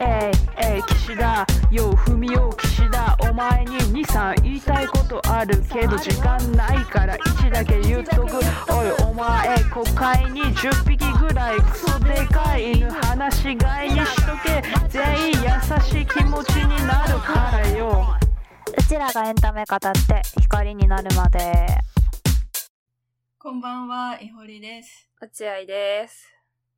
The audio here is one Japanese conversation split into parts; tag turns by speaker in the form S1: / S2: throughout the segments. S1: えいえい岸田よう踏みよう岸田お前に23言いたいことあるけど時間ないから1だけ言っとくおいお前国会に10匹ぐらいクソでかい犬話しがいにしとけ全員優しい気持ちになるからよ
S2: うちらがエンタメ語って光になるまで
S3: こんばんは、いほりです。
S4: 落合です。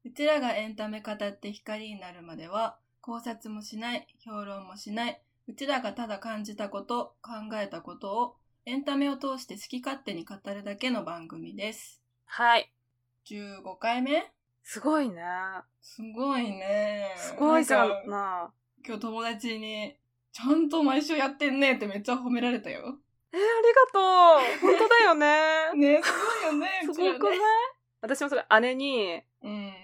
S3: うちらがエンタメ語って光になるまでは、考察もしない、評論もしない、うちらがただ感じたこと、考えたことを、エンタメを通して好き勝手に語るだけの番組です。
S4: はい。
S3: 15回目
S4: すごいね。
S3: すごいね。
S4: すごいじゃん
S3: なか
S4: な。
S3: 今日友達に、ちゃんと毎週やってんねってめっちゃ褒められたよ。
S4: えー、ありが とう。本当だよね。
S3: ね、すごいよね
S4: 。すご
S3: うちらね
S4: くない私もそれ姉に、
S3: うん。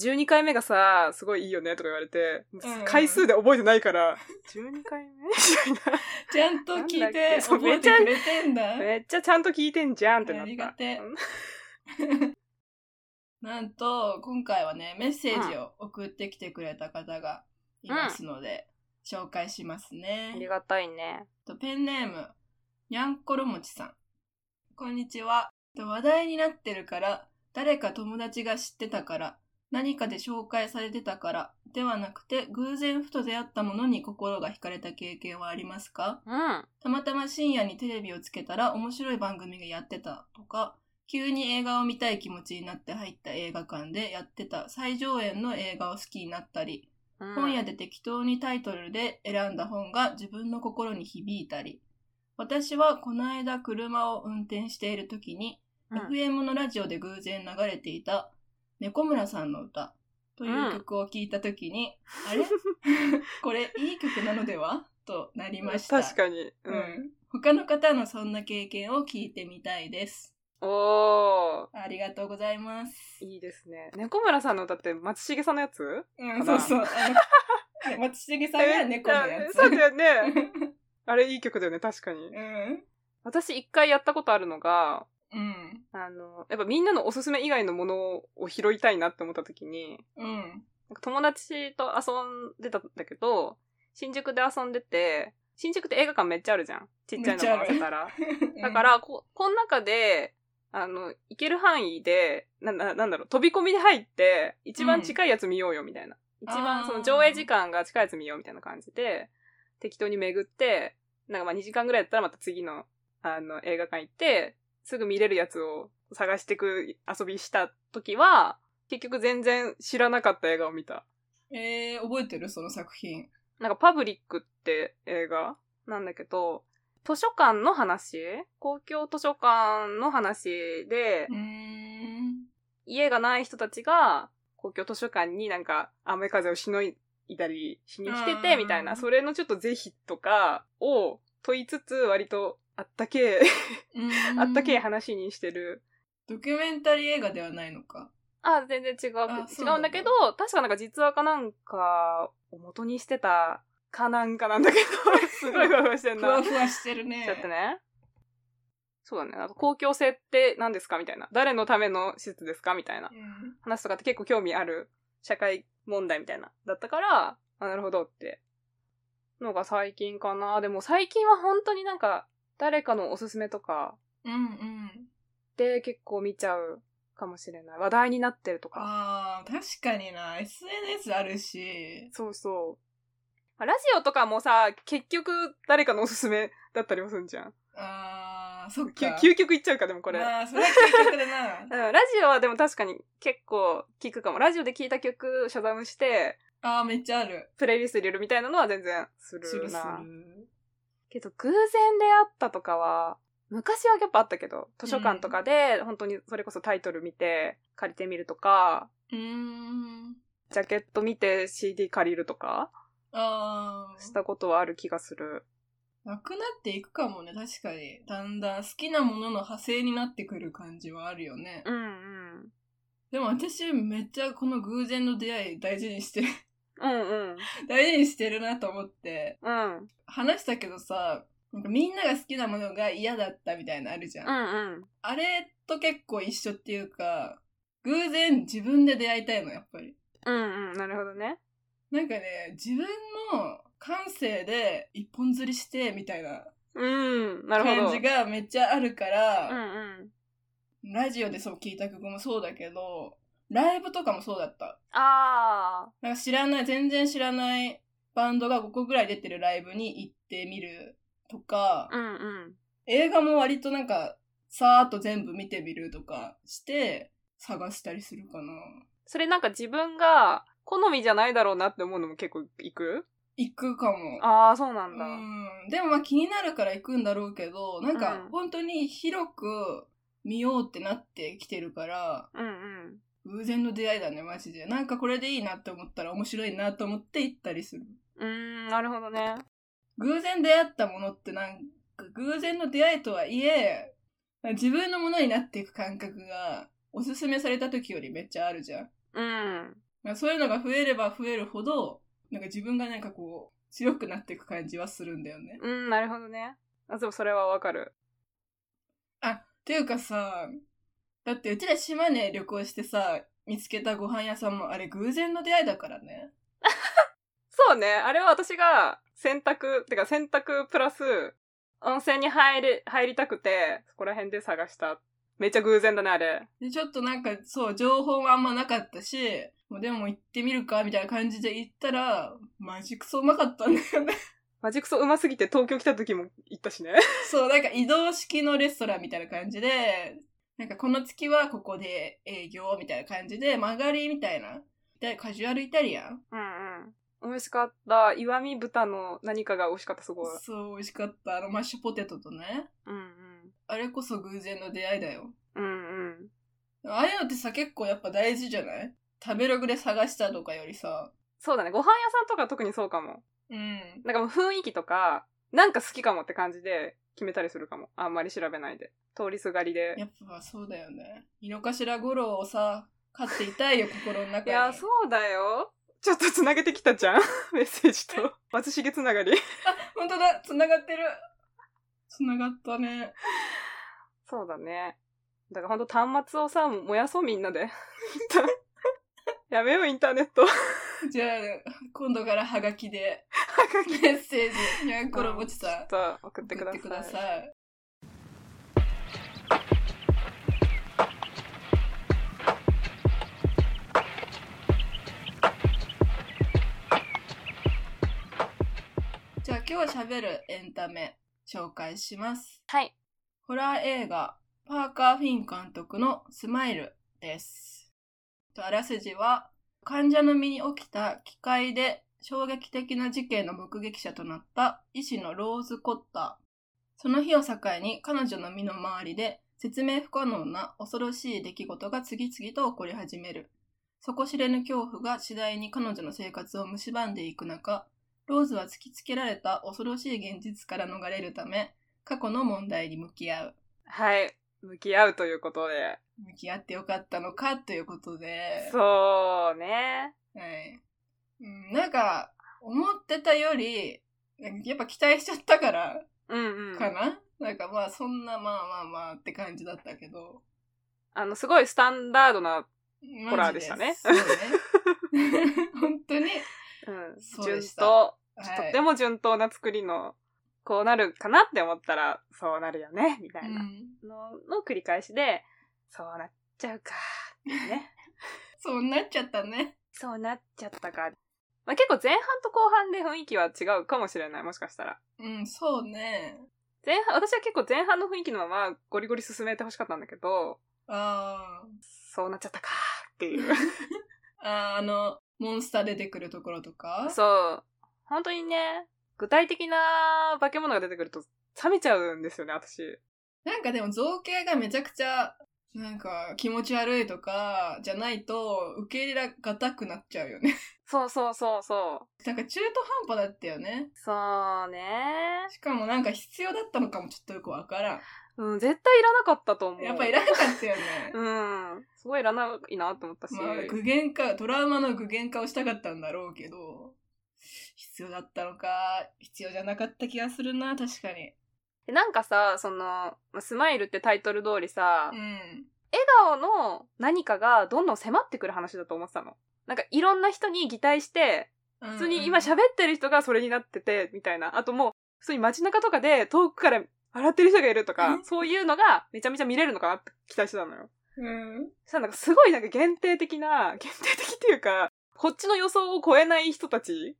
S4: 12回目がさ、すごいいいよねとか言われて、
S3: うん
S4: 回数で覚えてない から、12回目みたい
S3: ちゃんと聞
S4: ないんだっけ
S3: て、
S4: そう
S3: 覚えてくれてんだ
S4: な。。めっちゃちゃんと聞いてんじゃんってなった。
S3: ありがてえ
S4: うん
S3: なんと、今回はね、メッセージを送ってきてくれた方がいますので、紹介しますね
S4: あ。りがたいね。
S3: とペンネーム、にゃんころもちさん。こんにちは。と話題になってるから、誰か友達が知ってたから、何かで紹介されてたから、ではなくて、偶然ふと出会ったものに心が惹かれた経験はありますか
S4: うん。
S3: たまたま深夜にテレビをつけたら面白い番組がやってたとか、急に映画を見たい気持ちになって入った映画館でやってた最上演の映画を好きになったり、
S4: うん
S3: 本屋で適当にタイトルで選んだ本が自分の心に響いたり、私はこの間車を運転している時に、
S4: うん
S3: FM のラジオで偶然流れていた猫村さんの歌という曲を聴いた時に、あ れこれいい曲なのではとなりました。
S4: 確かに。
S3: う
S4: うんん。
S3: 他の方のそんな経験を聞いてみたいです。
S4: お
S3: ありがとうございます。
S4: ー。いいですね。猫村さんの歌って松重さんのやつ
S3: うん、そうそう。あの 松重さんが猫のやつ。
S4: そうだよね。あれいい曲だよね、確かに。
S3: うん。
S4: 私一回やったことあるのが、
S3: うん。
S4: あの、やっぱみんなのおすすめ以外のものを拾いたいなって思った時に、
S3: うん。
S4: なんか友達と遊んでたんだけど、新宿で遊んでて、新宿って映画館めっちゃあるじゃん。ちっちゃいのも合わせたら。だか、ら、こ、この中で、あの、行ける範囲で、な、な、なんだろう、飛び込みで入って、一番近いやつ見ようよ、みたいな。一
S3: あ
S4: 番、
S3: ー
S4: その上映時間が近いやつ見よう、みたいな感じで、適当に巡って、なんかまあ2時間ぐらいやったらまた次の、あの、映画館行って、すぐ見れるやつを探してく遊びした時は、結局全然知らなかった映画を見た。
S3: えー、覚えてるその作品。
S4: なんかパブリックって映画なんだけど、図書館の話公共図書館の話で
S3: う、ーん。
S4: 家がない人たちが公共図書館になんか雨風をしのいだりしに来て
S3: う
S4: て
S3: ん
S4: みたいな、それのちょっと是非とかを問いつつ割とあったけえ、
S3: うーん
S4: あったけえ。話にしてる。
S3: ドキュメンタリー映画ではないのか。
S4: あ、全然違う
S3: あ。
S4: 違
S3: そうな
S4: うんん
S3: だ
S4: だけど、確かなんか実話かなんかを元にしてたかなんかなんだけ ど、すごいふわふわしてん
S3: ふ
S4: な。
S3: わふわしてる ね。
S4: だってね。そうだね。なんか公共性って何ですかみたいな。誰のための施設ですかみたいな
S3: うん。
S4: 話とかって結構興味ある社会問題みたいな。だったから、あ、なるほどって。のが最近かな。でも最近は本当になんか誰かのおすすめとか
S3: うんうん。
S4: で結構見ちゃうかもしれない。話題になってるとか。
S3: あー、確かにな。SNS あるし。
S4: そうそう。まあラジオとかもさ、結局誰かのおすすめだったりもするんじゃん。
S3: あー、そっ
S4: きゅ
S3: か。
S4: 究極いっちゃうか、でもこれ。。
S3: まあ、それは究極だな
S4: うん、ラジオはでも確かに結構聞くかも。ラジオで聞いた曲シャダムして、
S3: ああ、めっちゃある。
S4: プレイリスト入れるみたいなのは全然す
S3: する
S4: る
S3: す
S4: な。
S3: る。
S4: けど偶然出会ったとかは、昔はやっぱあったけど、図書館とかで本当にそれこそタイトル見て借りてみるとか、
S3: うーん。
S4: ジャケット見て CD 借りるとか
S3: あ
S4: し
S3: あ。
S4: たことはある気がする。
S3: なくなっていくかもね、確かに。だんだん好きなものの派生になってくる感じはあるよね。
S4: うんうん。
S3: でも私、めっちゃこの偶然の出会い大事にしてる、
S4: うんうん。
S3: 大事にしてるなと思って。
S4: うん。うん
S3: 話したけどさ、なんかみんなが好きなものが嫌だったみたいなのあるじゃん。
S4: うん。
S3: あれと結構一緒っていうか、偶然自分で出会いたいの、やっぱり。
S4: うんうん。なるほどね。
S3: なんかね、自分の感性で一本釣りしてみたいな
S4: うん、なるほど。
S3: 感じがめっちゃあるか
S4: う
S3: ら、
S4: んうん。
S3: ラジオでそう聞いた曲もそうだけど、ライブとかもそうだった。
S4: ああ、
S3: なんか知らない、全然知らないバンドが5個ぐらい出てるライブに行ってみるとか、
S4: うんうん。
S3: 映画も割となんか、さーっと全部見てみるとかして、探したりするかな。
S4: それなんか自分が好みじゃないだろうなって思うのも結構いく
S3: 行くかも。
S4: ああ、そうな
S3: うん
S4: だ。うん
S3: ん。でもまあ気になるから行くんだろうけど、なん
S4: う
S3: か
S4: ん
S3: 本当に広く見ようってなってきてるから、
S4: うん。
S3: 偶然の出会いだね、マジで。なんかこれでいいなって思ったら面白いなと思って行ったりする。
S4: うーん、なるほどね。
S3: 偶然出会ったものってなんか、偶然の出会いとはいえ、自分のものになっていく感覚が、おすすめされた時よりめっちゃあるじゃん。
S4: うん。
S3: まあそういうのが増えれば増えるほど、なんか自分がなんかこう、強くなっていく感じはするんだよね。
S4: うん、なるほどね。あ、でもそれはわかる。
S3: あ、っていうかさ、だってうちら島根旅行してさ、見つけたご飯屋さんもあれ偶然の出会いだからね。
S4: そうね。あれは私が洗濯、てか洗濯プラス、温泉に入り、入りたくて、そこら辺で探した。めっちゃ偶然だね、あれ。
S3: で、ちょっとなんかそう、情報もあんまなかったし、もうでも行ってみるか、みたいな感じで行ったら、マジクソうまかったんだよね。
S4: マジクソうますぎて東京来た時も行ったしね。
S3: そう、なんか移動式のレストランみたいな感じで、なんかこの月はここで営業みたいな感じで、曲がりみたいな。で、カジュアルイタリアン
S4: うんうん。美味しかった。石見豚の何かが美味しかった、すごい。
S3: そう、美味しかった。あの、マッシュポテトとね。
S4: うんうん。
S3: あれこそ偶然の出会いだよ。
S4: うんうん。
S3: ああいうのってさ、結構やっぱ大事じゃない食べログで探したとかよりさ。
S4: そうだね。ご飯屋さんとか特にそうかも。
S3: うん。
S4: なんかもう雰囲気とか、なんか好きかもって感じで決めたりするかも。あんまり調べないで。通りすがりで。
S3: やっぱそうだよね。井の頭五郎をさ、飼ってい たいよ、心の中に。
S4: いや、そうだよ。ちょっとつなげてきたじゃん。 メッセー ジと。松重つながり。
S3: 本当だ、繋がってる。繋がったね。
S4: そうだね。だからほんと端末をさ、燃やそうみんなで。やめよう、インターネット。
S3: じゃあ、今度からハガキで、メッセージ、にゃんころぼちさん、
S4: ちょっと送ってく
S3: 送
S4: だ
S3: ってくだ
S4: さい。
S3: さい。じゃあ今日喋るエンタメ紹介します。
S4: はい。
S3: ホラー映画パーカー・フィン監督のスマイルです。とあらすじは患者の身に起きた機械で衝撃的な事件の目撃者となった医師のローズ・コッター。その日を境に彼女の身の回りで説明不可能な恐ろしい出来事が次々と起こり始める。底知れぬ恐怖が次第に彼女の生活を蝕んでいく中、ローズは突きつけられた恐ろしい現実から逃れるため、過去の問題に向き合う。
S4: はい。向き合うということで。
S3: 向き合ってよかったのかということで。
S4: そうね。
S3: はい。うん、なんか、思ってたより、なんかやっぱ期待しちゃったから、
S4: うんうん。
S3: かな、なんかまあそんなまあまあまあって感じだったけど。
S4: あの、すごいスタンダードな、
S3: マジ
S4: ホラーでしたね
S3: そうね。本当に。
S4: うん、
S3: そう
S4: 順
S3: でした
S4: 当、
S3: は
S4: と
S3: い
S4: て。も順当な作りの、こうなるかなって思ったら、そうなるよね、みたいな
S3: うん
S4: のの繰り返しで、そうなっちゃうか、ね。
S3: そうなっちゃったね。
S4: そうなっちゃったか。まあ、結構前半と後半で雰囲気は違うかもしれない、もしかしたら。
S3: うん、そうね。
S4: 前半、私は結構前半の雰囲気のままゴリゴリ進めてほしかったんだけど、
S3: あ
S4: そうなっちゃったかっていう。
S3: あ。あーあの、モンスター出てくるところとか。
S4: そう。本当にね、具体的な化け物が出てくると冷めちゃうんですよね、私。
S3: なんかでも造形がめちゃくちゃ、なんか気持ち悪いとかじゃないと受け入れがたくなっちゃうよね。
S4: そうそうそうそう。
S3: なんか中途半端だったよね。
S4: そうね。
S3: しかもなんか必要だったのかもちょっとよくわから
S4: うん、絶対いらなかったと思
S3: ん。
S4: う。
S3: やっぱいらなかったよ ね。
S4: うん。すごいいらないなって思ったし。
S3: まあ具現化、トラウマの具現化をしたかったんだろうけど、必要だったのか、必要じゃなかった気がするな、確かに。
S4: でなんかさ、その、まあスマイルってタイトル通りさ、
S3: うん。
S4: 笑顔の何かがどんどん迫ってくる話だと思ってたの。なんかいろんな人に擬態して、
S3: 普
S4: 普通に今喋ってる人がそれになってて、みたいな。あともう、普通に街中とかで遠くから笑ってる人がいるとか
S3: う、ん
S4: そういうのがめちゃめちゃ見れるのかなって期待してたのよ。
S3: うん。
S4: そしたらなんかすごいなんか限定的な、 限定的っていうか、こっちの予想を超えない人たち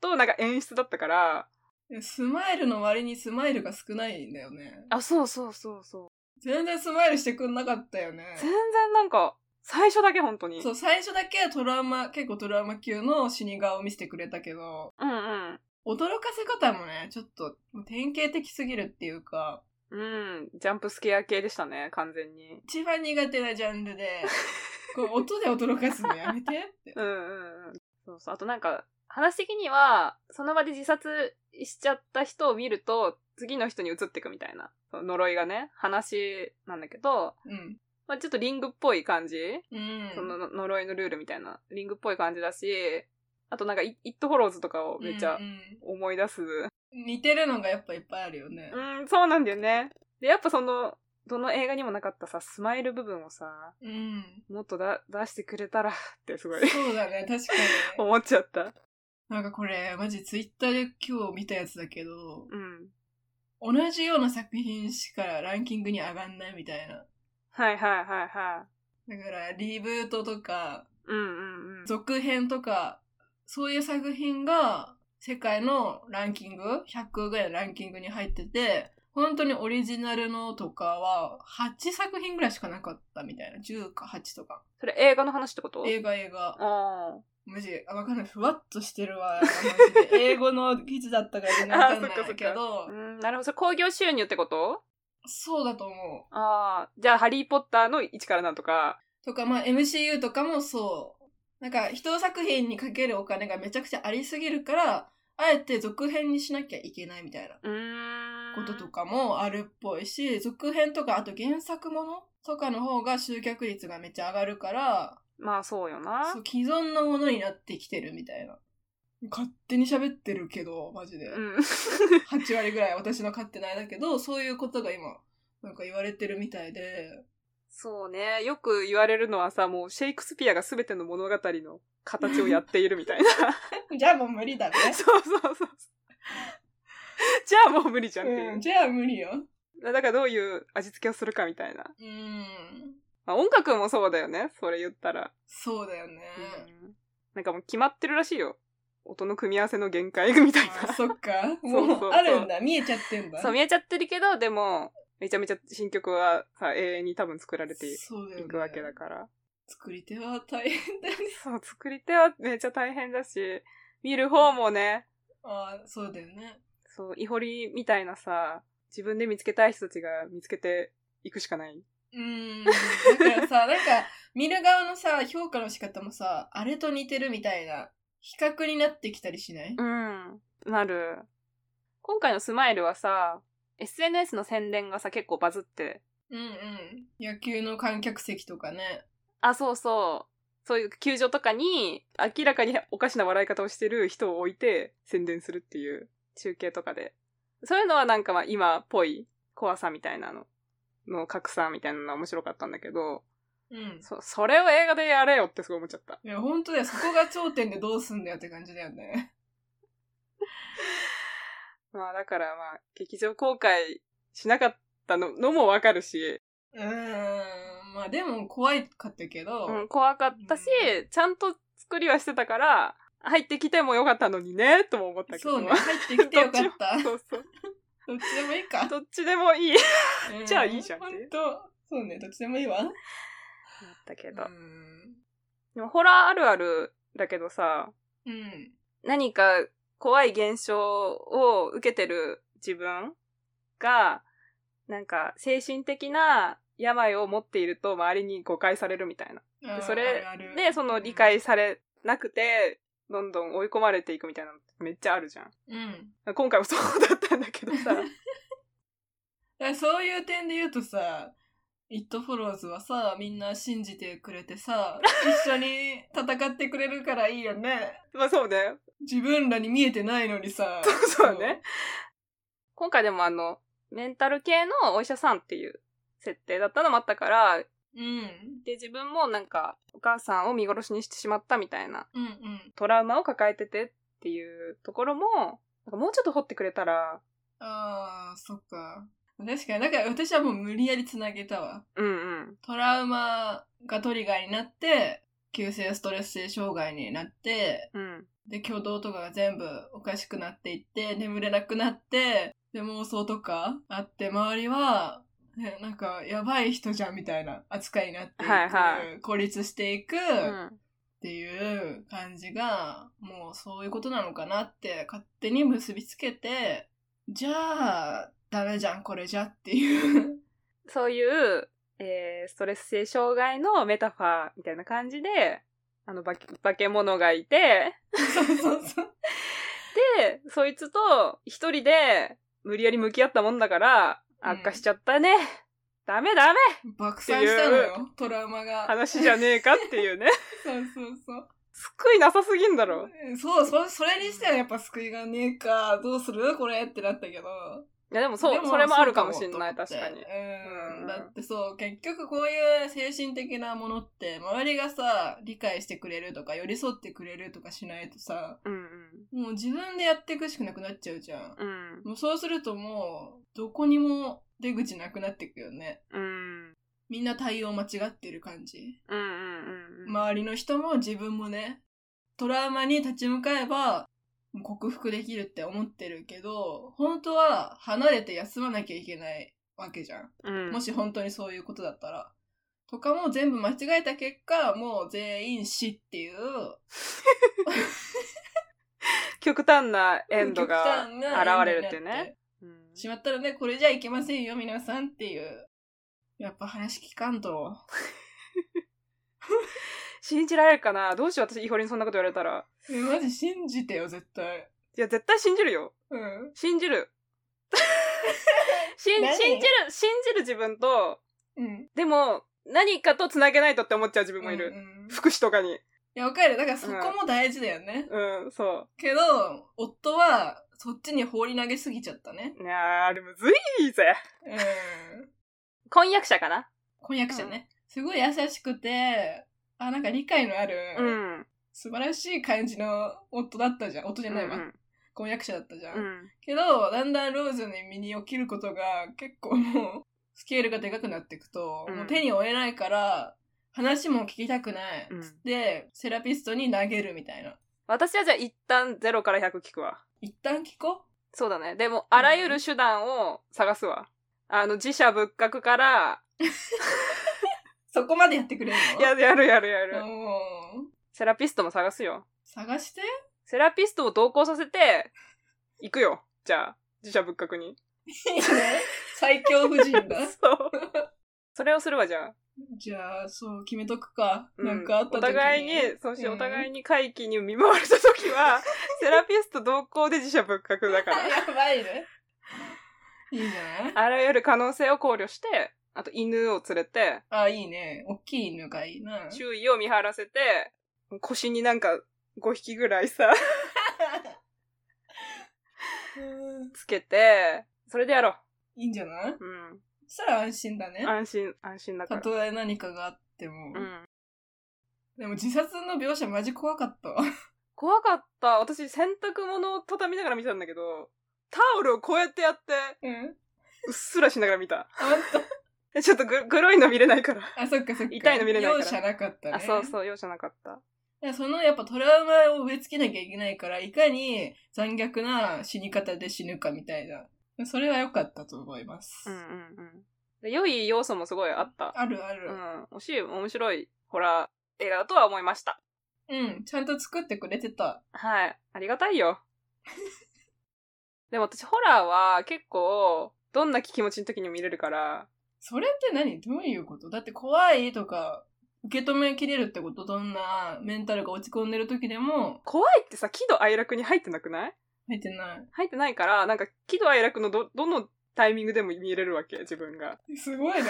S4: となんか演出だったから、
S3: うん。スマイルの割にスマイルが少ないんだよね。
S4: あ、そうそうそうそう。
S3: 全然スマイルしてくんなかったよね。
S4: 全然なんか、最初だけ本当に。
S3: そう、最初だけはトラウマ、結構トラウマ級の死に顔を見せてくれたけど、
S4: うんうん。
S3: 驚かせ方もね、ちょっともう典型的すぎるっていうか、
S4: うん、ジャンプスケア系でしたね、完全に。
S3: 一番苦手なジャンル で、こう音で驚かすのやめてって。
S4: うんうんうん。そうそう。あとなんか、話的には、その場で自殺しちゃった人を見ると、次の人に移っていくみたいな、その呪いがね、話なんだけど、
S3: うん。
S4: まあ、ちょっとリングっぽい感じ、
S3: うん。
S4: そのの呪いのルールみたいな、リングっぽい感じだし、あとなんかイ、イットフォローズとかをめっちゃ
S3: うんうん
S4: 思い出す。
S3: 似てるのがやっぱいっぱいあるよね。
S4: うん、そうなんだよね。で、やっぱその、どの映画にもなかったさ、スマイル部分をさ、
S3: うん。
S4: もっとだ出してくれたらってす ごい
S3: そうだね、確か に。
S4: 思っちゃった。
S3: なんかこれ、マジツイッターで今日見たやつだけど、
S4: うん。
S3: 同じような作品しかランキングに上がんないみたいな。
S4: はいはいはいはい。
S3: だから、リブートとか、
S4: うんうんうん。
S3: 続編とか、そういう作品が世界のランキング、100ぐらいのランキングに入ってて、本当にオリジナルのとかは8作品ぐらいしかなかったみたいな。10か8とか。
S4: それ映画の話ってこと
S3: 映画映画。
S4: あ
S3: マジ、あ、わかんない。ふわっとしてるわ。マジで英語の記事だったから全然わかんない
S4: あそっかそっか
S3: けど
S4: あ。う、ん、なるほど。それ興行収入ってこと
S3: そうだと思
S4: ああ。じゃあ、ハリーポッターの1からなんとか。
S3: う。とか、まあ MCU とかもそう。なんか、一作品にかけるお金がめちゃくちゃありすぎるから、あえて続編にしなきゃいけないみたいな。
S4: うーん。
S3: こととかもあるっぽいし、続編とか、あと原作ものとかの方が集客率がめっちゃ上がるから、
S4: まあ、そうよな。
S3: そう既存のものになってきてるみたいな。勝手に喋ってるけど、マジで。
S4: うん。
S3: 8割ぐらい私の勝手ないだけど、そういうことが今、なんか言われてるみたい で、
S4: そうね。よく言われるのはさ、もうシェイクスピアが全ての物語の形をやっているみたい な。
S3: じゃあもう無理だね。
S4: そうそうそうそう。じゃあもう無理じゃんっていう。
S3: うん、じゃあ無理よ。
S4: だからどういう味付けをするかみたいな。
S3: うん。
S4: まあ、音楽もそうだよね。それ言ったら。
S3: そうだよね。
S4: うんなんかもう決まってるらしいよ。音の組み合わせの限界みたい
S3: あそっか。
S4: そうそう
S3: もうあるんだ。見えちゃってんだ。
S4: な。そう見えちゃってるけど、でも、めちゃめちゃ新曲はさ、永遠に多分作られてい
S3: そうだよね
S4: くわけだから。
S3: 作り手は大変だよね。
S4: そう、作り手はめっちゃ大変だし、見る方もね、
S3: ああ、そうだよね。
S4: そう、イホリみたいなさ、自分で見つけたい人たちが見つけていくしかない。
S3: うーん。だからさ、 なんか、見る側のさ、評価の仕方もさ、あれと似てるみたいな、比較になってきたりしない
S4: うん。なる。今回のスマイルはさ、SNS の宣伝がさ、結構バズって。
S3: うんうん。野球の観客席とかね。
S4: あ、そうそう。そういう球場とかに、明らかにおかしな笑い方をしてる人を置いて宣伝するっていう中継とかで。そういうのはなんかまあ今っぽい怖さみたいなの、の格差みたいなのは面白かったんだけど、
S3: うん。
S4: そ、それを映画でやれよってすごい思っちゃった。
S3: いや、本当だよ。そこが頂点でどうすんだよって感じだよ ね。
S4: まあだからまあ、劇場公開しなかったののもわかるし、
S3: うーん。まあでも、怖いかったけど、
S4: うん、怖かったし、ちゃんと作りはしてたから、入ってきてもよかったのにね、とも思ったけど。
S3: そうね。入ってきてよかった。どっ
S4: そうそう。
S3: ちでもいいか。
S4: どっちでもいい。だ
S3: うん
S4: じゃあいいじゃんって
S3: 本当そうね。どっちでもいいわ。
S4: ったけ
S3: う
S4: ど。
S3: ん。
S4: でも、ホラーあるあるだけどさ、
S3: うん。
S4: 何か怖い現象を受けてる自分が、なんか、精神的な病を持っていると周りに誤解されるみたいな。
S3: あー
S4: それ
S3: あるある
S4: で、その理解されなくて、どんどん追い込まれていくみたいなのってめっちゃあるじゃん。
S3: うん。
S4: 今回もそうだったんだけど さ。
S3: だからそういう点で言うとさ、イットフォローズはさ、みんな信じてくれてさ、一緒に戦ってくれるからいいよね。
S4: まあそうね。
S3: 自分らに見えてないのにさ。
S4: そうね。今回でもあの、メンタル系のお医者さんっていう設定だったのもあったから、
S3: うん。
S4: で、自分もなんか、お母さんを見殺しにしてしまったみたいな、
S3: うんうん。
S4: トラウマを抱えててっていうところも、なんかもうちょっと掘ってくれたら、
S3: ああ、そっか。確かに、だから私はもう無理やりつなげたわ。
S4: うんうん。
S3: トラウマがトリガーになって、急性ストレス性障害になって、
S4: うん。
S3: で、挙動とかが全部おかしくなっていって、眠れなくなって、で、妄想とかあって、周りは、ね、なんか、やばい人じゃんみたいな扱いになっていく、
S4: はいは
S3: 孤立していく、
S4: うん。
S3: っていう感じが、もうそういうことなのかなって勝手に結びつけて、じゃあ、ダメじゃん、これじゃって いう。
S4: そういう、えーストレス性障害のメタファーみたいな感じで、あの、化け化け物がいて、
S3: そうそうそう。
S4: で、そいつと一人で無理やり向き合ったもんだから、
S3: うん
S4: 悪化しちゃったね。ダメダメ
S3: 爆散したのよ、トラウマが。
S4: 話じゃねえかっていうね。
S3: そうそうそう。
S4: 救いなさすぎんだろ。
S3: そう、それ、それにしてはやっぱ救いがねえか、どうするこれってなったけど。
S4: いやでもそう、
S3: でも
S4: それもあるかもしんな
S3: そ
S4: い、
S3: う
S4: 確
S3: 思
S4: か
S3: って
S4: に。
S3: うん
S4: うん
S3: だってそう、結局こういう精神的なものって、周りがさ、理解してくれるとか、寄り添ってくれるとかしないとさ、
S4: うん
S3: もう自分でやっていくしかなくなっちゃうじゃん。
S4: うん。うん。
S3: もうそうするともう、どこにも出口なくなっていくよね。
S4: うん。
S3: みんな対応間違ってる感じ。
S4: うんうんうん。
S3: 周りの人も自分もね、トラウマに立ち向かえば、克服できるって思ってるけど、本当は離れて休まなきゃいけないわけじゃん。
S4: うん。
S3: もし本当にそういうことだったら。とかも全部間違えた結果、もう全員死っていう、
S4: 極端なエンドが
S3: 極
S4: 現
S3: 端な
S4: れ
S3: エンドにな
S4: るっていうね。うん
S3: しまったらね、これじゃいけませんよ、皆さんっていう。やっぱ話聞かんと。
S4: 信じられるかなどうしよう私、イホリにそんなこと言われたら。
S3: え、マジ信じてよ、絶対。
S4: いや、絶対信じるよ。
S3: うん。
S4: 信じ る。信
S3: 何
S4: 信じる、信じる自分と、
S3: うん。
S4: でも、何かと繋げないとって思っちゃう自分もいる。
S3: うんうんい
S4: 福祉とかに。
S3: や、わかる。だからそこも大事だよね。
S4: うん、そ
S3: けど、夫は、そっちに放り投げすぎちゃったね。
S4: う。いやー、あれむずいぜ。
S3: うん。
S4: 婚約者かな
S3: 婚約者ね。すごい優しくて、あ、なんか理解のある、
S4: うん。
S3: 素晴らしい感じの夫だったじゃん。夫じゃないわ。
S4: うん
S3: 婚約者だったじゃん。
S4: うん。
S3: けど、だんだんローズの身に起きることが結構もう、スケールがでかくなっていくと、
S4: うん
S3: もう手に負えないから、話も聞きたくない。
S4: うん
S3: で、セラピストに投げるみたいな。
S4: 私はじゃあ一旦0から100聞くわ。
S3: 一旦聞こ
S4: そうだね。でも、あらゆる手段を探すわ。あの、自社仏閣から、
S3: う。そこまでやってくれるの
S4: や、やるやるやる。
S3: うん
S4: セラピストも探すよ。
S3: 探 して
S4: セラピストを同行させて、行くよ。じゃあ、自社仏閣に。
S3: いいね。最強夫人だ。
S4: そう。 それをするわ、じゃあ。
S3: じゃあ、そう、決めとくか。
S4: う
S3: なんかあった時
S4: お互い に、そしてお
S3: い
S4: 互いに会期に見舞われた 時は、セラピスト同行で自社仏閣だから。
S3: やばいね。いいじゃない
S4: あらゆる可能性を考慮して、あと犬を連れて、
S3: あ、いいね。大きい犬がいいな。
S4: 周囲を見張らせて、腰になんか5匹ぐら いさ、
S3: うん
S4: つけて、それでやろ。
S3: いいんじゃないう
S4: うん。
S3: そしたら安心だね。
S4: 安心、安心だか
S3: た
S4: ら。
S3: とえ何かがあっても。
S4: うん。
S3: でも自殺の描写マジ怖かったわ。
S4: 怖かった。私、洗濯物を畳みながら見てたんだけど、タオルをこうやってやって、
S3: うん。
S4: うっすらしながら見た。
S3: あ、ほんと
S4: えちょっとググロいの見れないから。
S3: あ、そっかそっか。
S4: 痛いの見れないか
S3: 容
S4: ら
S3: 赦なかったね。
S4: あ、そうそう、容赦なかった。
S3: だからそのやっぱトラウマを植え付けなきゃいけないから、いかに残虐な死に方で死ぬかみたいな。それは良かったと思います。
S4: うんうんうん。で良い要素もすごいあった。
S3: あるある
S4: う。ん。惜しい、面白いホラー映画だとは思いました。
S3: うん、ちゃんと作ってくれてた。
S4: はい。ありがたいよ。 でも私、ホラーは結構、どんな気持ちの時にも見れるから、
S3: それって何どういうことだって怖いとか、受け止めきれるってことどんなメンタルが落ち込んでる時でも
S4: 怖いってさ、喜怒哀楽に入ってなくない
S3: 入ってない。
S4: 入ってないから、なんか、喜怒哀楽のど、どのタイミングでも見れるわけ、自分が。
S3: すごいね。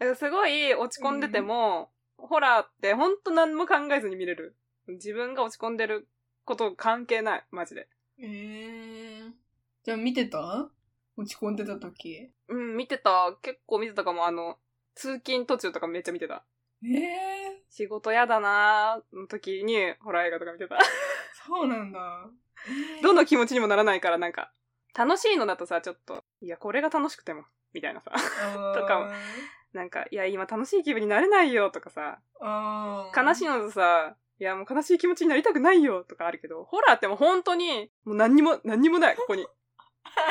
S4: だからすごい落ち込んでても、ホラーってほんと何も考えずに見れる。自分が落ち込んでること関係ない、マジで。
S3: えー。じゃあ見てた落ち込んでた時。
S4: うん、見てた、結構見てたかも、あの、通勤途中とかめっちゃ見てた。
S3: ええ
S4: 仕事やだなーの時に、ホラー映画とか見てた。
S3: そうなんだ。
S4: どの気持ちにもならないから、なんか、楽しいのだとさ、ちょっと、いや、これが楽しくても、みたいなさ。 と
S3: と
S4: かも。なんか、いや、今楽しい気分になれないよ、とかさ。
S3: あー
S4: 悲しいのとさ、いや、もう悲しい気持ちになりたくないよ、とかあるけど、ホラーってもう本当に、もう何にも、何にもない、こ こに。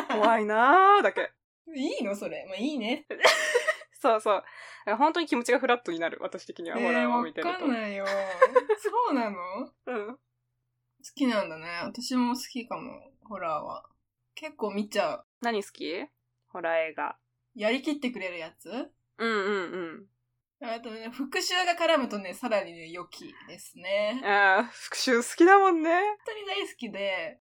S4: 怖いなーだけ。
S3: いいのそれ。まあいいね。
S4: そうそう。だから本当に気持ちがフラットになる、私的に
S3: え
S4: は、ホラ
S3: ー、
S4: ーを
S3: わ
S4: 見てる
S3: か
S4: と。
S3: んない よ。そうなの好
S4: うん。
S3: きなんだね。私も好きかも、ホラーは。結構見ちゃう。
S4: 何好きホラー映画。
S3: やりきってくれるやつ
S4: うんうん
S3: あとね、復讐が絡むとね、さらにね、良きですね
S4: うん。。ああ、復讐好きだもんね。
S3: 本当に大好きで、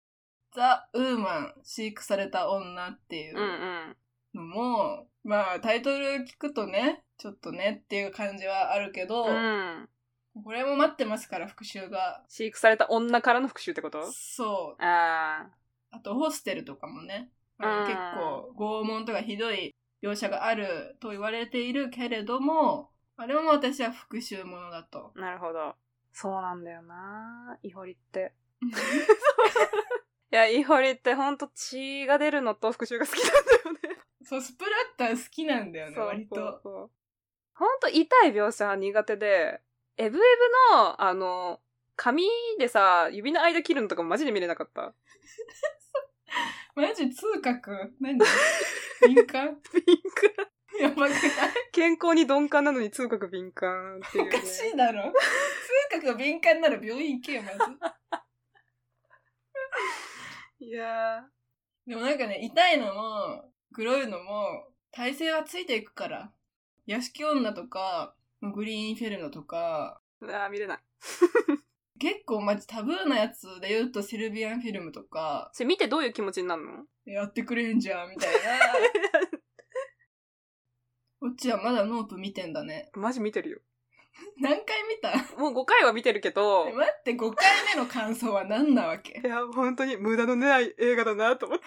S3: ザ・ウーマン、飼育された女っていう
S4: うんうん。
S3: のも、まあタイトル聞くとね、ちょっとねっていう感じはあるけど、
S4: うん。
S3: これも待ってますから、復讐が。
S4: 飼育された女からの復讐ってこと
S3: そう。
S4: ああ。
S3: あと、ホステルとかもね、
S4: うん
S3: 結構拷問とかひどい描写があると言われているけれども、あれも私は復讐ものだと。
S4: なるほど。そうなんだよなイホリって。いや、イホリってほんと血が出るのと復讐が好きなんだよね。
S3: そう、スプラッター好きなんだよね、割と。
S4: そうそうほんと痛い描写は苦手で、エブエブの、あの、髪でさ、指の間切るのとかもマジで見れなか った。
S3: マジ痛覚何敏感
S4: 敏感。
S3: やばくない
S4: 健康に鈍感なのに痛覚敏感っていう、
S3: お
S4: ね。
S3: かしいだろ痛覚が敏感なら病院行けよ、 まず。
S4: いや
S3: でもなんかね、痛いのも、黒いのも、体勢はついていくから。屋敷女とか、グリーンインフェルノとか、
S4: ー。あー見れない。
S3: 結構マジタブーなやつで言うとセルビアンフィルムとか、
S4: それ見てどういう気持ちになるの
S3: やってくれんじゃん、み たいな。こっちはまだノープ見てんだね。
S4: マジ見てるよ。
S3: 何回見た
S4: もう5回は見てるけど
S3: 待、って、5回目の感想は何なわけ
S4: いや、本当に無駄のない映画だなと思って。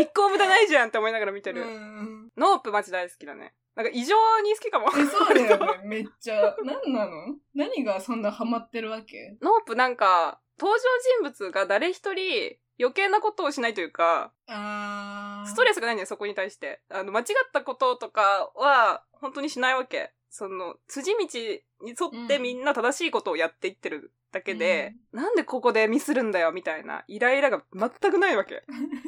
S4: 一個も無駄ないじゃんって思いながら見てる。
S3: うん
S4: ノープマジ大好きだね。なんか異常に好きかも。
S3: え、そうだよ ね、めっちゃ。何なの何がそんなハマってるわけ
S4: ノープなんか、登場人物が誰一人余計なことをしないというか、
S3: あ
S4: ストレスがないんだよ、そこに対して。あの、間違ったこととかは、本当にしないわけ。その、辻道に沿って
S3: うん
S4: みんな正しいことをやっていってるだけで、なんでここでミスるんだよ、みたいな、イライラが全くないわけ。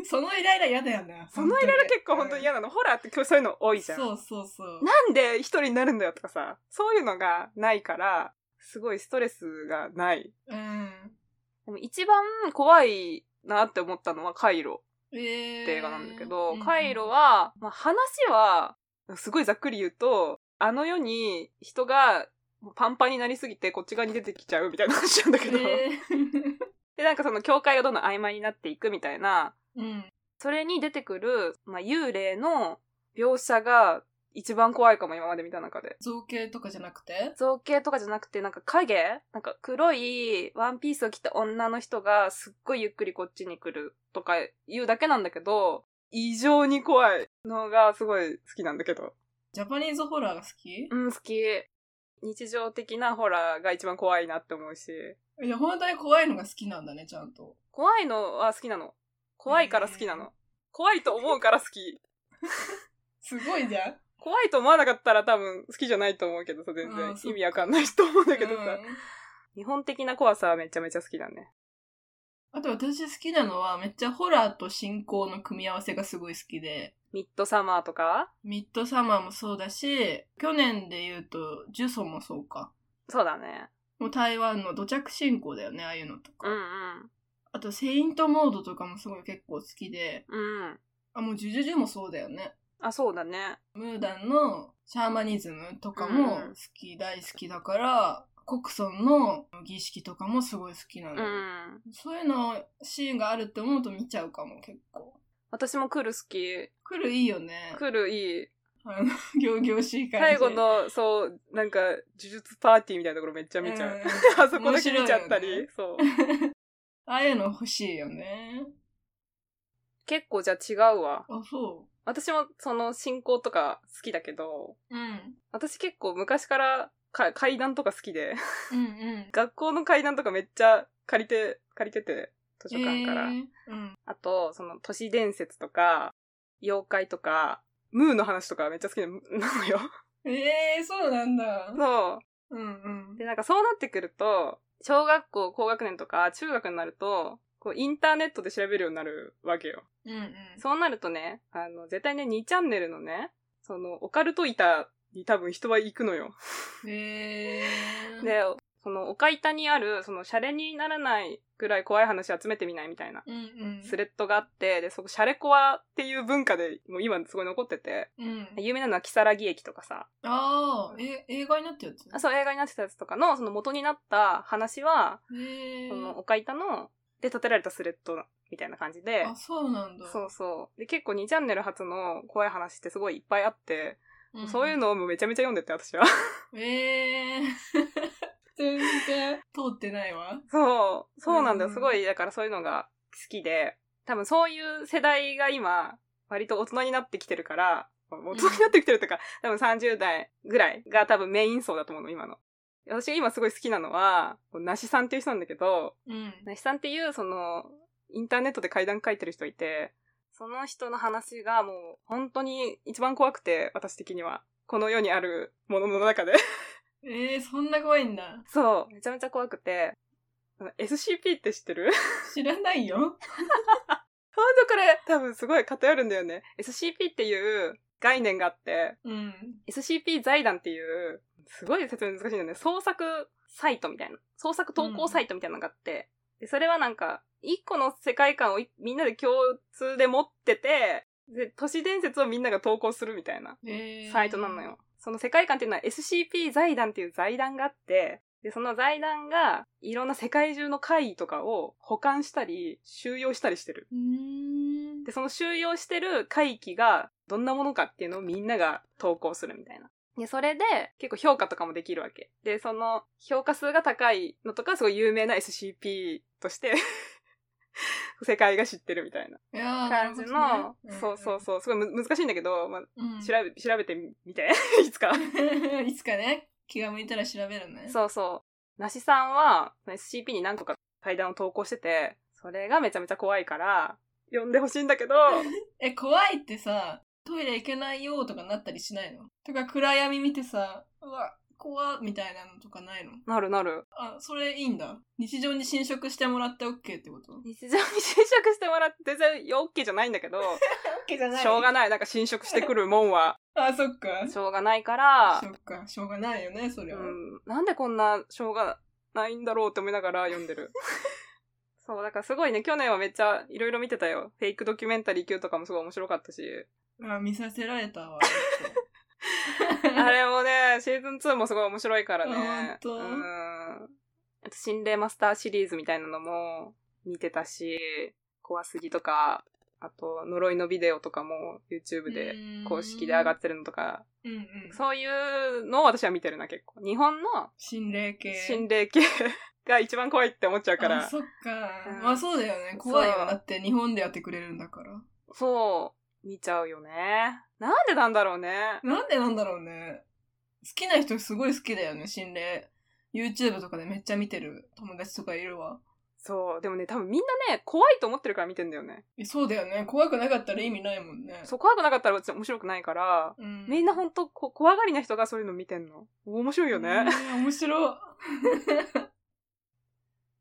S3: そのイライラ嫌だよね。
S4: そのイライラ結構本当に
S3: 嫌
S4: 嫌なの。ホラーって今日そういうの多いじゃん。
S3: そうそうそう。
S4: なんで一人になるんだよとかさ、そういうのがないから、すごいストレスがない。
S3: うん。
S4: でも一番怖いなって思ったのはカイロ
S3: え
S4: っ
S3: ー
S4: て映画なんだけど、カイロ、は、まあ、話は、すごいざっくり言うと、あの世に人がパンパンになりすぎてこっち側に出てきちゃうみたいな話なんだ
S3: う
S4: け
S3: ん
S4: ど、
S3: うんえー
S4: で、なんかその境界がどんどん曖昧になっていくみたいな、
S3: うん。
S4: それに出てくる、まあ、幽霊の描写が一番怖いかも今まで見た中で。
S3: 造形とかじゃなくて
S4: 造形とかじゃなくて、なんか影なんか黒いワンピースを着た女の人がすっごいゆっくりこっちに来るとか言うだけなんだけど、異常に怖いのがすごい好きなんだけど。
S3: ジャパニーズホラーが好き
S4: うん、好き。日常的なホラーが一番怖いなって思うし、
S3: いや、本当に怖いのが好きなんだね、ちゃんと。
S4: 怖いのは好きなの。怖いから好きな
S3: へー
S4: の。怖いと思うから好き。
S3: すごいじ ゃん。
S4: 怖いと思わなかったら多分好きじゃないと思うけどさ、全
S3: あー
S4: 然
S3: そっか
S4: 意味わかんないと思うんだけど
S3: う
S4: さ
S3: ん。
S4: 日本的な怖さはめちゃめちゃ好きだね。
S3: あと私好きなのは、めっちゃホラーと信仰の組み合わせがすごい好きで。
S4: ミッドサマーとか
S3: ミッドサマーもそうだし、去年で言うと、ジュソもそうか。
S4: そうだね。
S3: もう台湾の土着信仰だよね、ああいうのとか。
S4: うんうん。
S3: あと、セイントモードとかもすごい結構好きで、
S4: うん。
S3: あ、もうジュジュジュもそうだよね。
S4: あ、そうだね。
S3: ムーダンのシャーマニズムとかも好き、大好きだから、コクソンの儀式とかもすごい好きな
S4: う
S3: の、
S4: ん。
S3: そういうの、シーンがあるって思うと見ちゃうかも、結構。
S4: 私も来る好き。
S3: 来るいいよね。
S4: 来るいい。
S3: あの、行々しい感じ。
S4: 最後の、そう、なんか、呪術パーティーみたいなところめっちゃ見ちゃう。
S3: うん
S4: あそこだけ見ちゃった
S3: 面白いよ
S4: り。
S3: ね
S4: そう。
S3: ああいうの欲しいよね。
S4: 結構じゃあ違うわ。
S3: あ、そ
S4: 私もその進行とか好きだけど、
S3: うん。
S4: 私結構昔からか階段とか好きで、
S3: うんうん。
S4: 学校の階段とかめっちゃ借りて、借りてて、図書館から。
S3: えーうん。
S4: あと、その都市伝説とか、妖怪とか、ムーの話とかめっちゃ好きななのよ。
S3: えー、そうなんだ。
S4: そう。
S3: うんうん。
S4: で、なんかそうなってくると、小学校高学年とか中学になると、こうインターネットで調べるようになるわけよ。
S3: うんうん。
S4: そうなるとね、あの、絶対ね、2チャンネルのね、その、オカルト板に多分人は行くのよ。
S3: えー。
S4: で、その、オカ板にある、その、シャレにならないぐらい怖い話集めてみないみたいな、
S3: うんうん。
S4: スレッドがあって、で、そこ、シャレコアっていう文化で、もう今すごい残ってて、
S3: うん。
S4: 有名なのは、キサラギ駅とかさ、
S3: ああ、え、映画になったやつ
S4: あそう、映画になってたやつとかの、その元になった話は、
S3: へえ
S4: その、オカ板の、で建てられたスレッドみたいな感じで
S3: あ、、そうなんだ。
S4: そうそう。で、結構2チャンネル初の怖い話ってすごいいっぱいあって、
S3: うん
S4: そういうのをもうめちゃめちゃ読んで て、私は。
S3: ええ 全然通ってないわ。
S4: そう、そうなんだよ。
S3: うん
S4: すごい、だからそういうのが好きで、多分そういう世代が今、割と大人になってきてるから、大人になってきてるとか、多分30代ぐらいが多分メイン層だと思うの、今の。私が今すごい好きなのは、なしさんっていう人なんだけど、
S3: うん。
S4: なしさんっていう、その、インターネットで怪談書いてる人いて、その人の話がもう本当に一番怖くて、私的には。この世にあるものの中で。
S3: ええそんな怖いんだ。
S4: そう。めちゃめちゃ怖くて。あの SCP って知って る
S3: 知らないよ。
S4: ほんとこれ多分すごい偏るんだよね。SCP っていう概念があって、
S3: うん。
S4: SCP 財団っていう、すごい説明難しいんだよね。創作サイトみたいな。創作投稿サイトみたいなのがあって。で、それはなんか、一個の世界観をいみんなで共通で持ってて、で、都市伝説をみんなが投稿するみたいな
S3: ええ
S4: サイトなのよ。。その世界観っていうのは SCP 財団っていう財団があって、で、その財団がいろんな世界中の会議とかを保管したり、収容したりしてる。
S3: うーん。
S4: で、その収容してる回帰がどんなものかっていうのをみんなが投稿するみたいな。で、それで結構評価とかもできるわけ。で、その評価数が高いのとか、すごい有名な SCP として、 世界が知ってるみたいない
S3: やー
S4: 感じ
S3: なるほ
S4: の、
S3: どね
S4: そうそうそう、すごいむ難しいんだけど、まあ、
S3: うん。うん
S4: 調べ、調べてみて、 いつか。
S3: いつかね、気が向いたら調べるね。
S4: そうそう。なしさんは SCP に何個か対談を投稿してて、それがめちゃめちゃ怖いから、読んでほしいんだけ ど、
S3: え、怖いってさ、トイレ行けないよとかなったりしないのとか暗闇見てさ、うわ、怖っみたいなのとかないの
S4: なるなる。
S3: あ、それいいんだ。日常に侵食してもらって OK ってこと
S4: 日常に侵食してもらって全然 OK じゃないんだけど、
S3: OK じゃ
S4: しょうが
S3: ない。
S4: ない。なんか侵食してくるもんは、
S3: あ、そっか。
S4: しょうがないから
S3: そ、っか、しょうがないよね、それ
S4: う
S3: は。
S4: ん、なんでこんなしょうがないんだろうって思いながら読ん でる。そう、だからすごいね、去年はめっちゃいろいろ見てたよ。フェイクドキュメンタリー級とかもすごい面白かったし。
S3: あ、見させられたわ。
S4: あれもね、シーズン2もすごい面白いからね
S3: あ。本当
S4: うん。あと、心霊マスターシリーズみたいなのも見てたし、怖すぎとか、あと、呪いのビデオとかも YouTube で公式で上が
S3: っ
S4: ってるのとか、
S3: うんうん。
S4: そういうのを私は見てるな、結構。日本の
S3: 心霊系。
S4: 心霊 系が一番怖いって思っちゃうか
S3: あ、
S4: ら。
S3: そっか。
S4: うん
S3: まあそうだよね。怖い
S4: そう
S3: よ。だって日本でやってくれるんだから。
S4: そう、見ちゃうよね。なんでなんだろうね。
S3: なんでなんだろうね。好きな人すごい好きだよね、心霊。YouTube とかでめっちゃ見てる友達とかいるわ。
S4: そう、でもね、多分みんなね、怖いと思ってるから見てんだよね。
S3: えそうだよね。怖くなかったら意味ないもんね。
S4: そう、怖くなかったら面白くないから、
S3: うん。
S4: みんなほんとこ怖がりな人がそういうの見てんの。面白いよね。
S3: うん面 白い。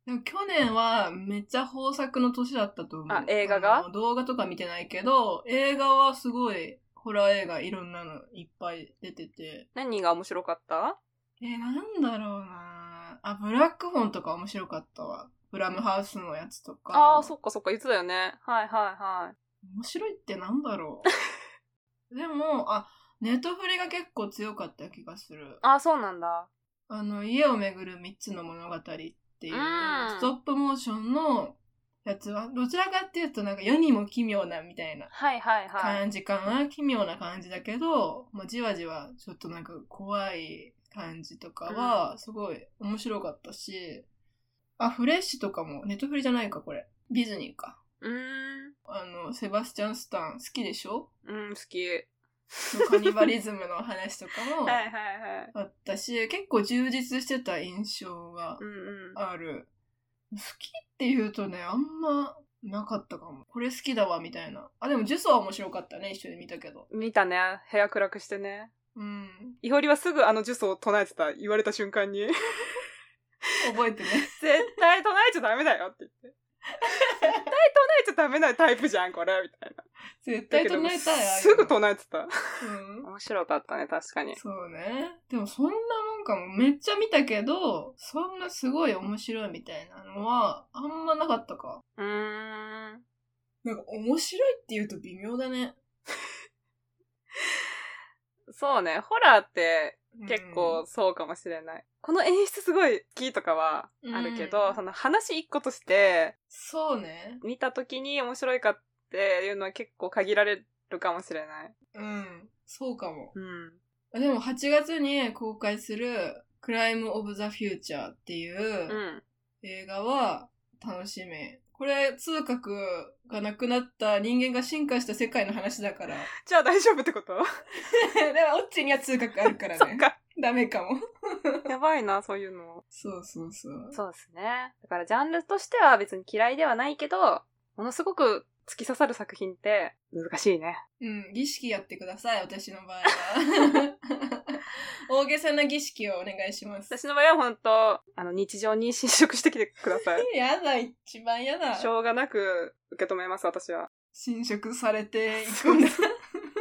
S3: でも去年はめっちゃ豊作の年だったと思う。
S4: あ映画が
S3: あの動画とか見てないけど、映画はすごい、ホラー映画いろんなのいっぱい出てて。
S4: 何が面白かった
S3: えー、なんだろうなあ、ブラックホンとか面白かったわ。ブラムハウスのやつとか。
S4: ああー、そっかそっか、言ってたよね。はいはいはい。
S3: 面白いってなんだろ う。でも、あ、ネットフリが結構強かった気がする。
S4: ああ、そうなんだ。
S3: あの、家をめぐる三つの物語っていう、
S4: うん
S3: ストップモーションのやつは、どちらかっていうとなんか世にも奇妙なみたいな
S4: はいはいはい。
S3: 感じかな、奇妙な感じだけど、まあ、じわじわちょっとなんか怖い感じとかは、すごい面白かったし、あ、フレッシュとかも、ネットフリじゃないか、これ。ディズニーか。
S4: うーん。
S3: あの、セバスチャン・スタン好きでしょ
S4: うん、好き。
S3: のカニバリズムの話とかも
S4: はいはいはい。
S3: あったし、結構充実してた印象が
S4: うんうん。
S3: ある。好きって言うとね、あんまなかったかも。これ好きだわ、みたいな。あ、でも、ジュソは面白かったね、一緒に見たけど。
S4: 見たね。部屋暗くしてね。
S3: うん。
S4: いほりはすぐあの呪詛を唱えてた。言われた 瞬間に。絶
S3: 覚 えてね。
S4: 対唱えちゃダメだよって言って。絶対唱えちゃダメなタイプじゃん、これ。みたいな。
S3: 絶対唱えたい。ああいうの
S4: すぐ唱えてた。
S3: うん。
S4: 面白かったね、確かに。
S3: そうね。でもそんなもんかも。めっちゃ見たけど、そんなすごい面白いみたいなのは、あんまなかったか。
S4: うーん。
S3: なんか面白いって言うと微妙だね。
S4: そうね、ホラーって
S3: うん
S4: 結構、そうかもしれない。この演出すごい好きとかはあるけど、
S3: うん
S4: その話一個として
S3: そうね。
S4: 見た時に面白いかっていうのは結構限られるかもしれない。
S3: うん。そうかも。
S4: うん。。
S3: でも8月に公開する、クライム・オブ・ザ・フューチャーっていううん映画は楽しみ。これ、通覚がなくなった人間が進化した世界の話だ から。
S4: じゃあ大丈夫ってこと、
S3: でも、オッチには通覚あるから
S4: そっ
S3: ね。
S4: か。
S3: ダメかも。
S4: やばいな、そういうの。
S3: そうそうそう。
S4: そうですね。だからジャンルとしては別に嫌いではないけど、ものすごく突き刺さる作品って難しいね。
S3: うん、儀式やってください、私の場合 は。大げさな儀式をお願いします。
S4: 私の場合は本当あの日常に侵食してきてください。
S3: やだ、一番やだ
S4: し。ょうがなく受け止めます、私は。
S3: 侵食されていくんだ。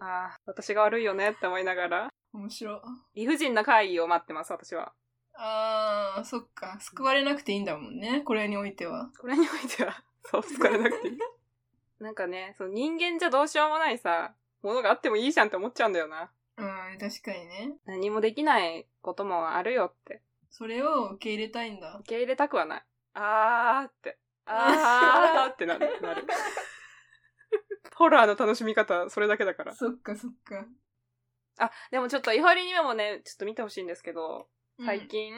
S4: ああ、私が悪いよねって思いながら。
S3: 面白い。
S4: 理不尽な会議を待ってます、私は。
S3: あー、そっか。救われなくていいんだもんね、これにおいては。
S4: これにおいて は、そう、疲れなくていい。 なんかね、その人間じゃどうしようもないさ、ものがあってもいいじゃんって思っちゃうんだよな。
S3: うん、確かにね。
S4: 何もできないこともあるよって。
S3: それを受け入れたいんだ。
S4: 受け入れたくはない。あーって。あーってなる。なる ホラーの楽しみ方、それだけだから。
S3: そっかそっか。
S4: あ、でもちょっと、イハリにもね、ちょっと見てほしいんですけど、最近、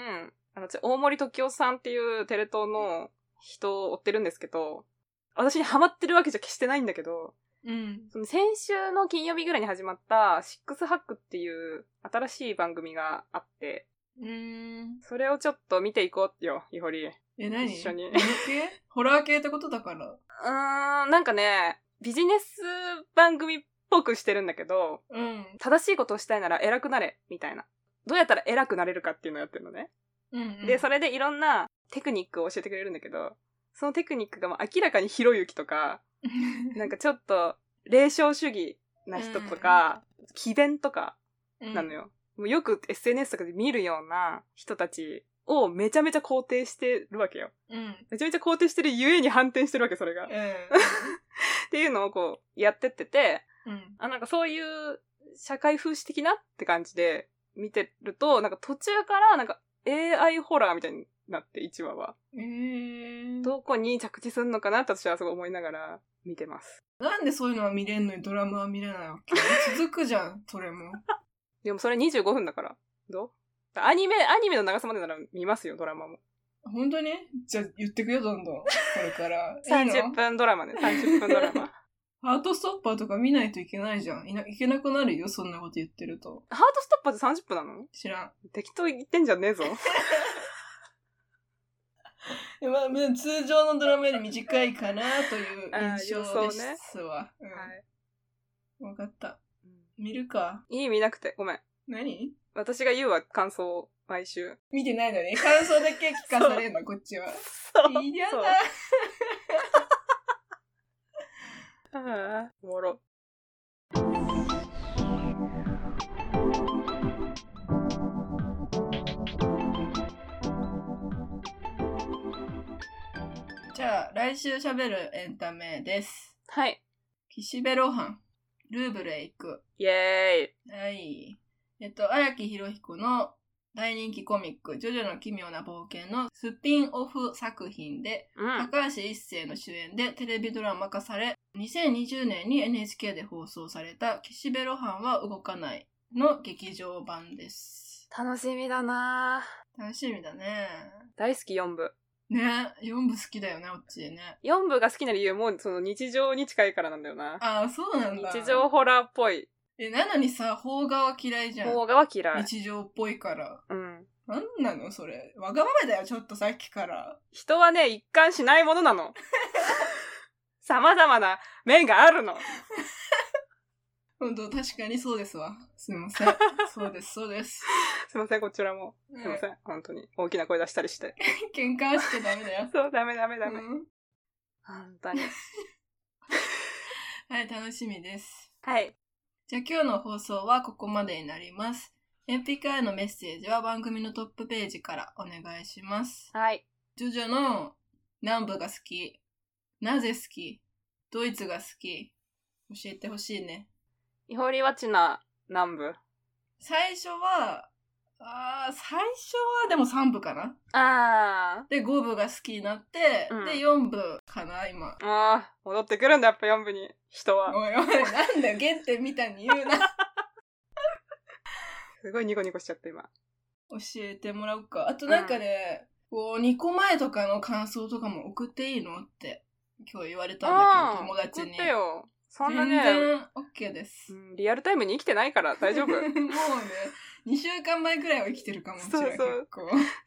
S4: あの、ちょ大森時夫さんっていうテレ東の人を追ってるんですけど、私にハマってるわけじゃ決してないんだけど、
S3: うん。
S4: その先週の金曜日ぐらいに始まった、シックスハックっていう新しい番組があって、
S3: うん。うーん。
S4: それをちょっと見ていこうよ、いほり。う
S3: え、何
S4: 一緒に
S3: 何系 ホラー系ってことだから。
S4: ーん、なんかね、ビジネス番組っぽくしてるんだけど、
S3: うん。
S4: 正しいことをしたいなら偉くなれ、みたいな。どうやったら偉くなれるかっていうのをやってるのね。
S3: うん、うん。
S4: で、それでいろんなテクニックを教えてくれるんだけど、そのテクニックがもう明らかにひろゆきとか、なんかちょっと霊障主義な人とか、詭弁とか
S3: うん
S4: なのよ。もうよく SNS とかで見るような人たちをめちゃめちゃ肯定してるわけよ。
S3: うん。 うん。
S4: めちゃめちゃ肯定してるゆえに反転してるわけ、それが。っ
S3: う
S4: ていうのをこう、やってってて、
S3: ん。うん
S4: あ、なんかそういう社会風刺的なって感じで見てると、なんか途中からなんか AI ホラーみたいになって、1話は。
S3: えー、
S4: どこに着地するのかなって私はすごい思いながら見てます。
S3: なんでそういうのは見れんのにドラマは見れないわけ続くじゃん、それも。
S4: でもそれ25分だから。どうアニメ、アニメの長さまでなら見ますよ、ドラマも。
S3: 本当にじゃあ言ってくよ、どんどん。これから。いい
S4: 30
S3: の
S4: 分ドラマね、30分ドラマ。
S3: ハートストッパーとか見ないといけないじゃん。いないけなくなるよ、そんなこと言ってると。
S4: ハートストッパーって30分なの
S3: 知らん。
S4: 適当言ってんじゃねえぞ。
S3: いやまあ、まあ通常のドラマより短いかなという印象
S4: あー
S3: で
S4: 予想ね
S3: すわ。うん
S4: はい
S3: わ、かった。見るか。
S4: いい見なくて、ごめん。
S3: 何
S4: 私が言うわ、感想を、毎週。
S3: 見てないの に。感想だけ聞かされんの、こっちは。
S4: そう。
S3: 嫌
S4: そう
S3: だ。
S4: ああ、おもろ。
S3: じゃあ、来週喋るエンタメです。
S4: はい。
S3: 岸辺露伴、ルーブルへ行く。
S4: イエ
S3: はい。えっと、荒木博彦の大人気コミック、ジョジョの奇妙な冒険のスピンオフ作品で、
S4: ーイ。うん。
S3: 高橋一生の主演でテレビドラマ化され、2020年に NHK で放送された岸辺露伴は動かないの劇場版です。
S4: 楽しみだなぁ
S3: 楽しみだね。
S4: 大好き4部。
S3: ね、4部好きだよね、オッチーね。
S4: 4部が好きな理由もその日常に近いからなんだよな。
S3: ああ、そうなんだ。
S4: 日常ホラーっぽい。
S3: え、なのにさ、邦画は嫌いじゃん。
S4: 邦画は嫌い。
S3: 日常っぽいから。
S4: うん。
S3: なんなのそれ。わがままだよ、ちょっとさっきから。
S4: 人はね、一貫しないものなの。 様々な面があるの。
S3: ほんと、確かにそうですわ。すいま せん。そうです、そうです。
S4: すいません、こちらも。すいませ
S3: ね
S4: ん、本当に。大きな声出したりして。
S3: 喧嘩はしちゃダメだよ。
S4: そう、ダメダメダメ。
S3: うん
S4: 本当に。
S3: はい、楽しみです。
S4: はい。
S3: じゃあ今日の放送はここまでになります。エピカへのメッセージは番組のトップページからお願いします。
S4: はい。
S3: ジョジョの南部が好き。なぜ好きドイツが好き。教えてほしいね。
S4: イホリワチナ南部。
S3: 最初は、あー最初はでも3部かな
S4: あ
S3: で、5部が好きになって、
S4: うん
S3: で、4部かな今。
S4: ー。あー、戻ってくるんだ、やっぱ4部に。人は。
S3: おいおい、なんだよ、原点みたいに言う な。
S4: すごいニコニコしちゃった、今。
S3: 教えてもらおうか。あとなんかね、こう、2個前とかの感想とかも送っていいのって、今日言われたんだけど、友達
S4: 送
S3: に
S4: って。よ。そんな
S3: 全
S4: ね、
S3: 然 OK です
S4: う。んリアルタイムに生きてないから 大丈夫
S3: も。うね、2週間前くらいは生きてるかもしれない。
S4: そうそう
S3: 結構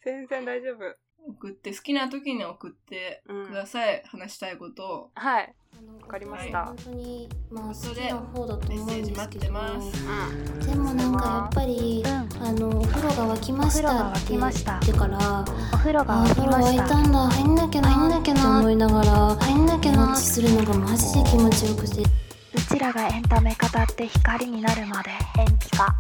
S4: 全然大丈夫。
S3: 送って、好きな時に送って
S4: う
S3: く
S4: ん
S3: だ。さい、話したいことを。
S4: はい。
S5: わ
S4: かりま
S3: した
S5: 本当にまあ好
S3: それ
S5: きな方だと
S3: メ
S5: 思う
S3: ッ
S5: ん
S3: セー
S5: で
S3: ジ
S5: す
S3: 待
S5: け
S3: って
S5: ど
S3: ます。
S4: うん。
S5: でもなんかやっぱり
S2: うん
S5: あのお風呂が沸きまし
S2: お風
S5: た
S2: 呂が
S5: っ
S2: 沸
S5: て
S2: き
S5: 言
S2: ま
S5: っ
S2: した
S5: てからあ
S2: お風呂が
S5: お
S2: 沸き
S5: 風呂
S2: ま
S5: 沸い
S2: した
S5: たんだ入んなきゃな
S2: 入んなきゃな
S5: って思いながら
S2: 入んなきゃ
S5: 放
S2: な
S5: 置するのがマジで気持ちよくて
S2: うちらがエンタメ語って光になるまで延期か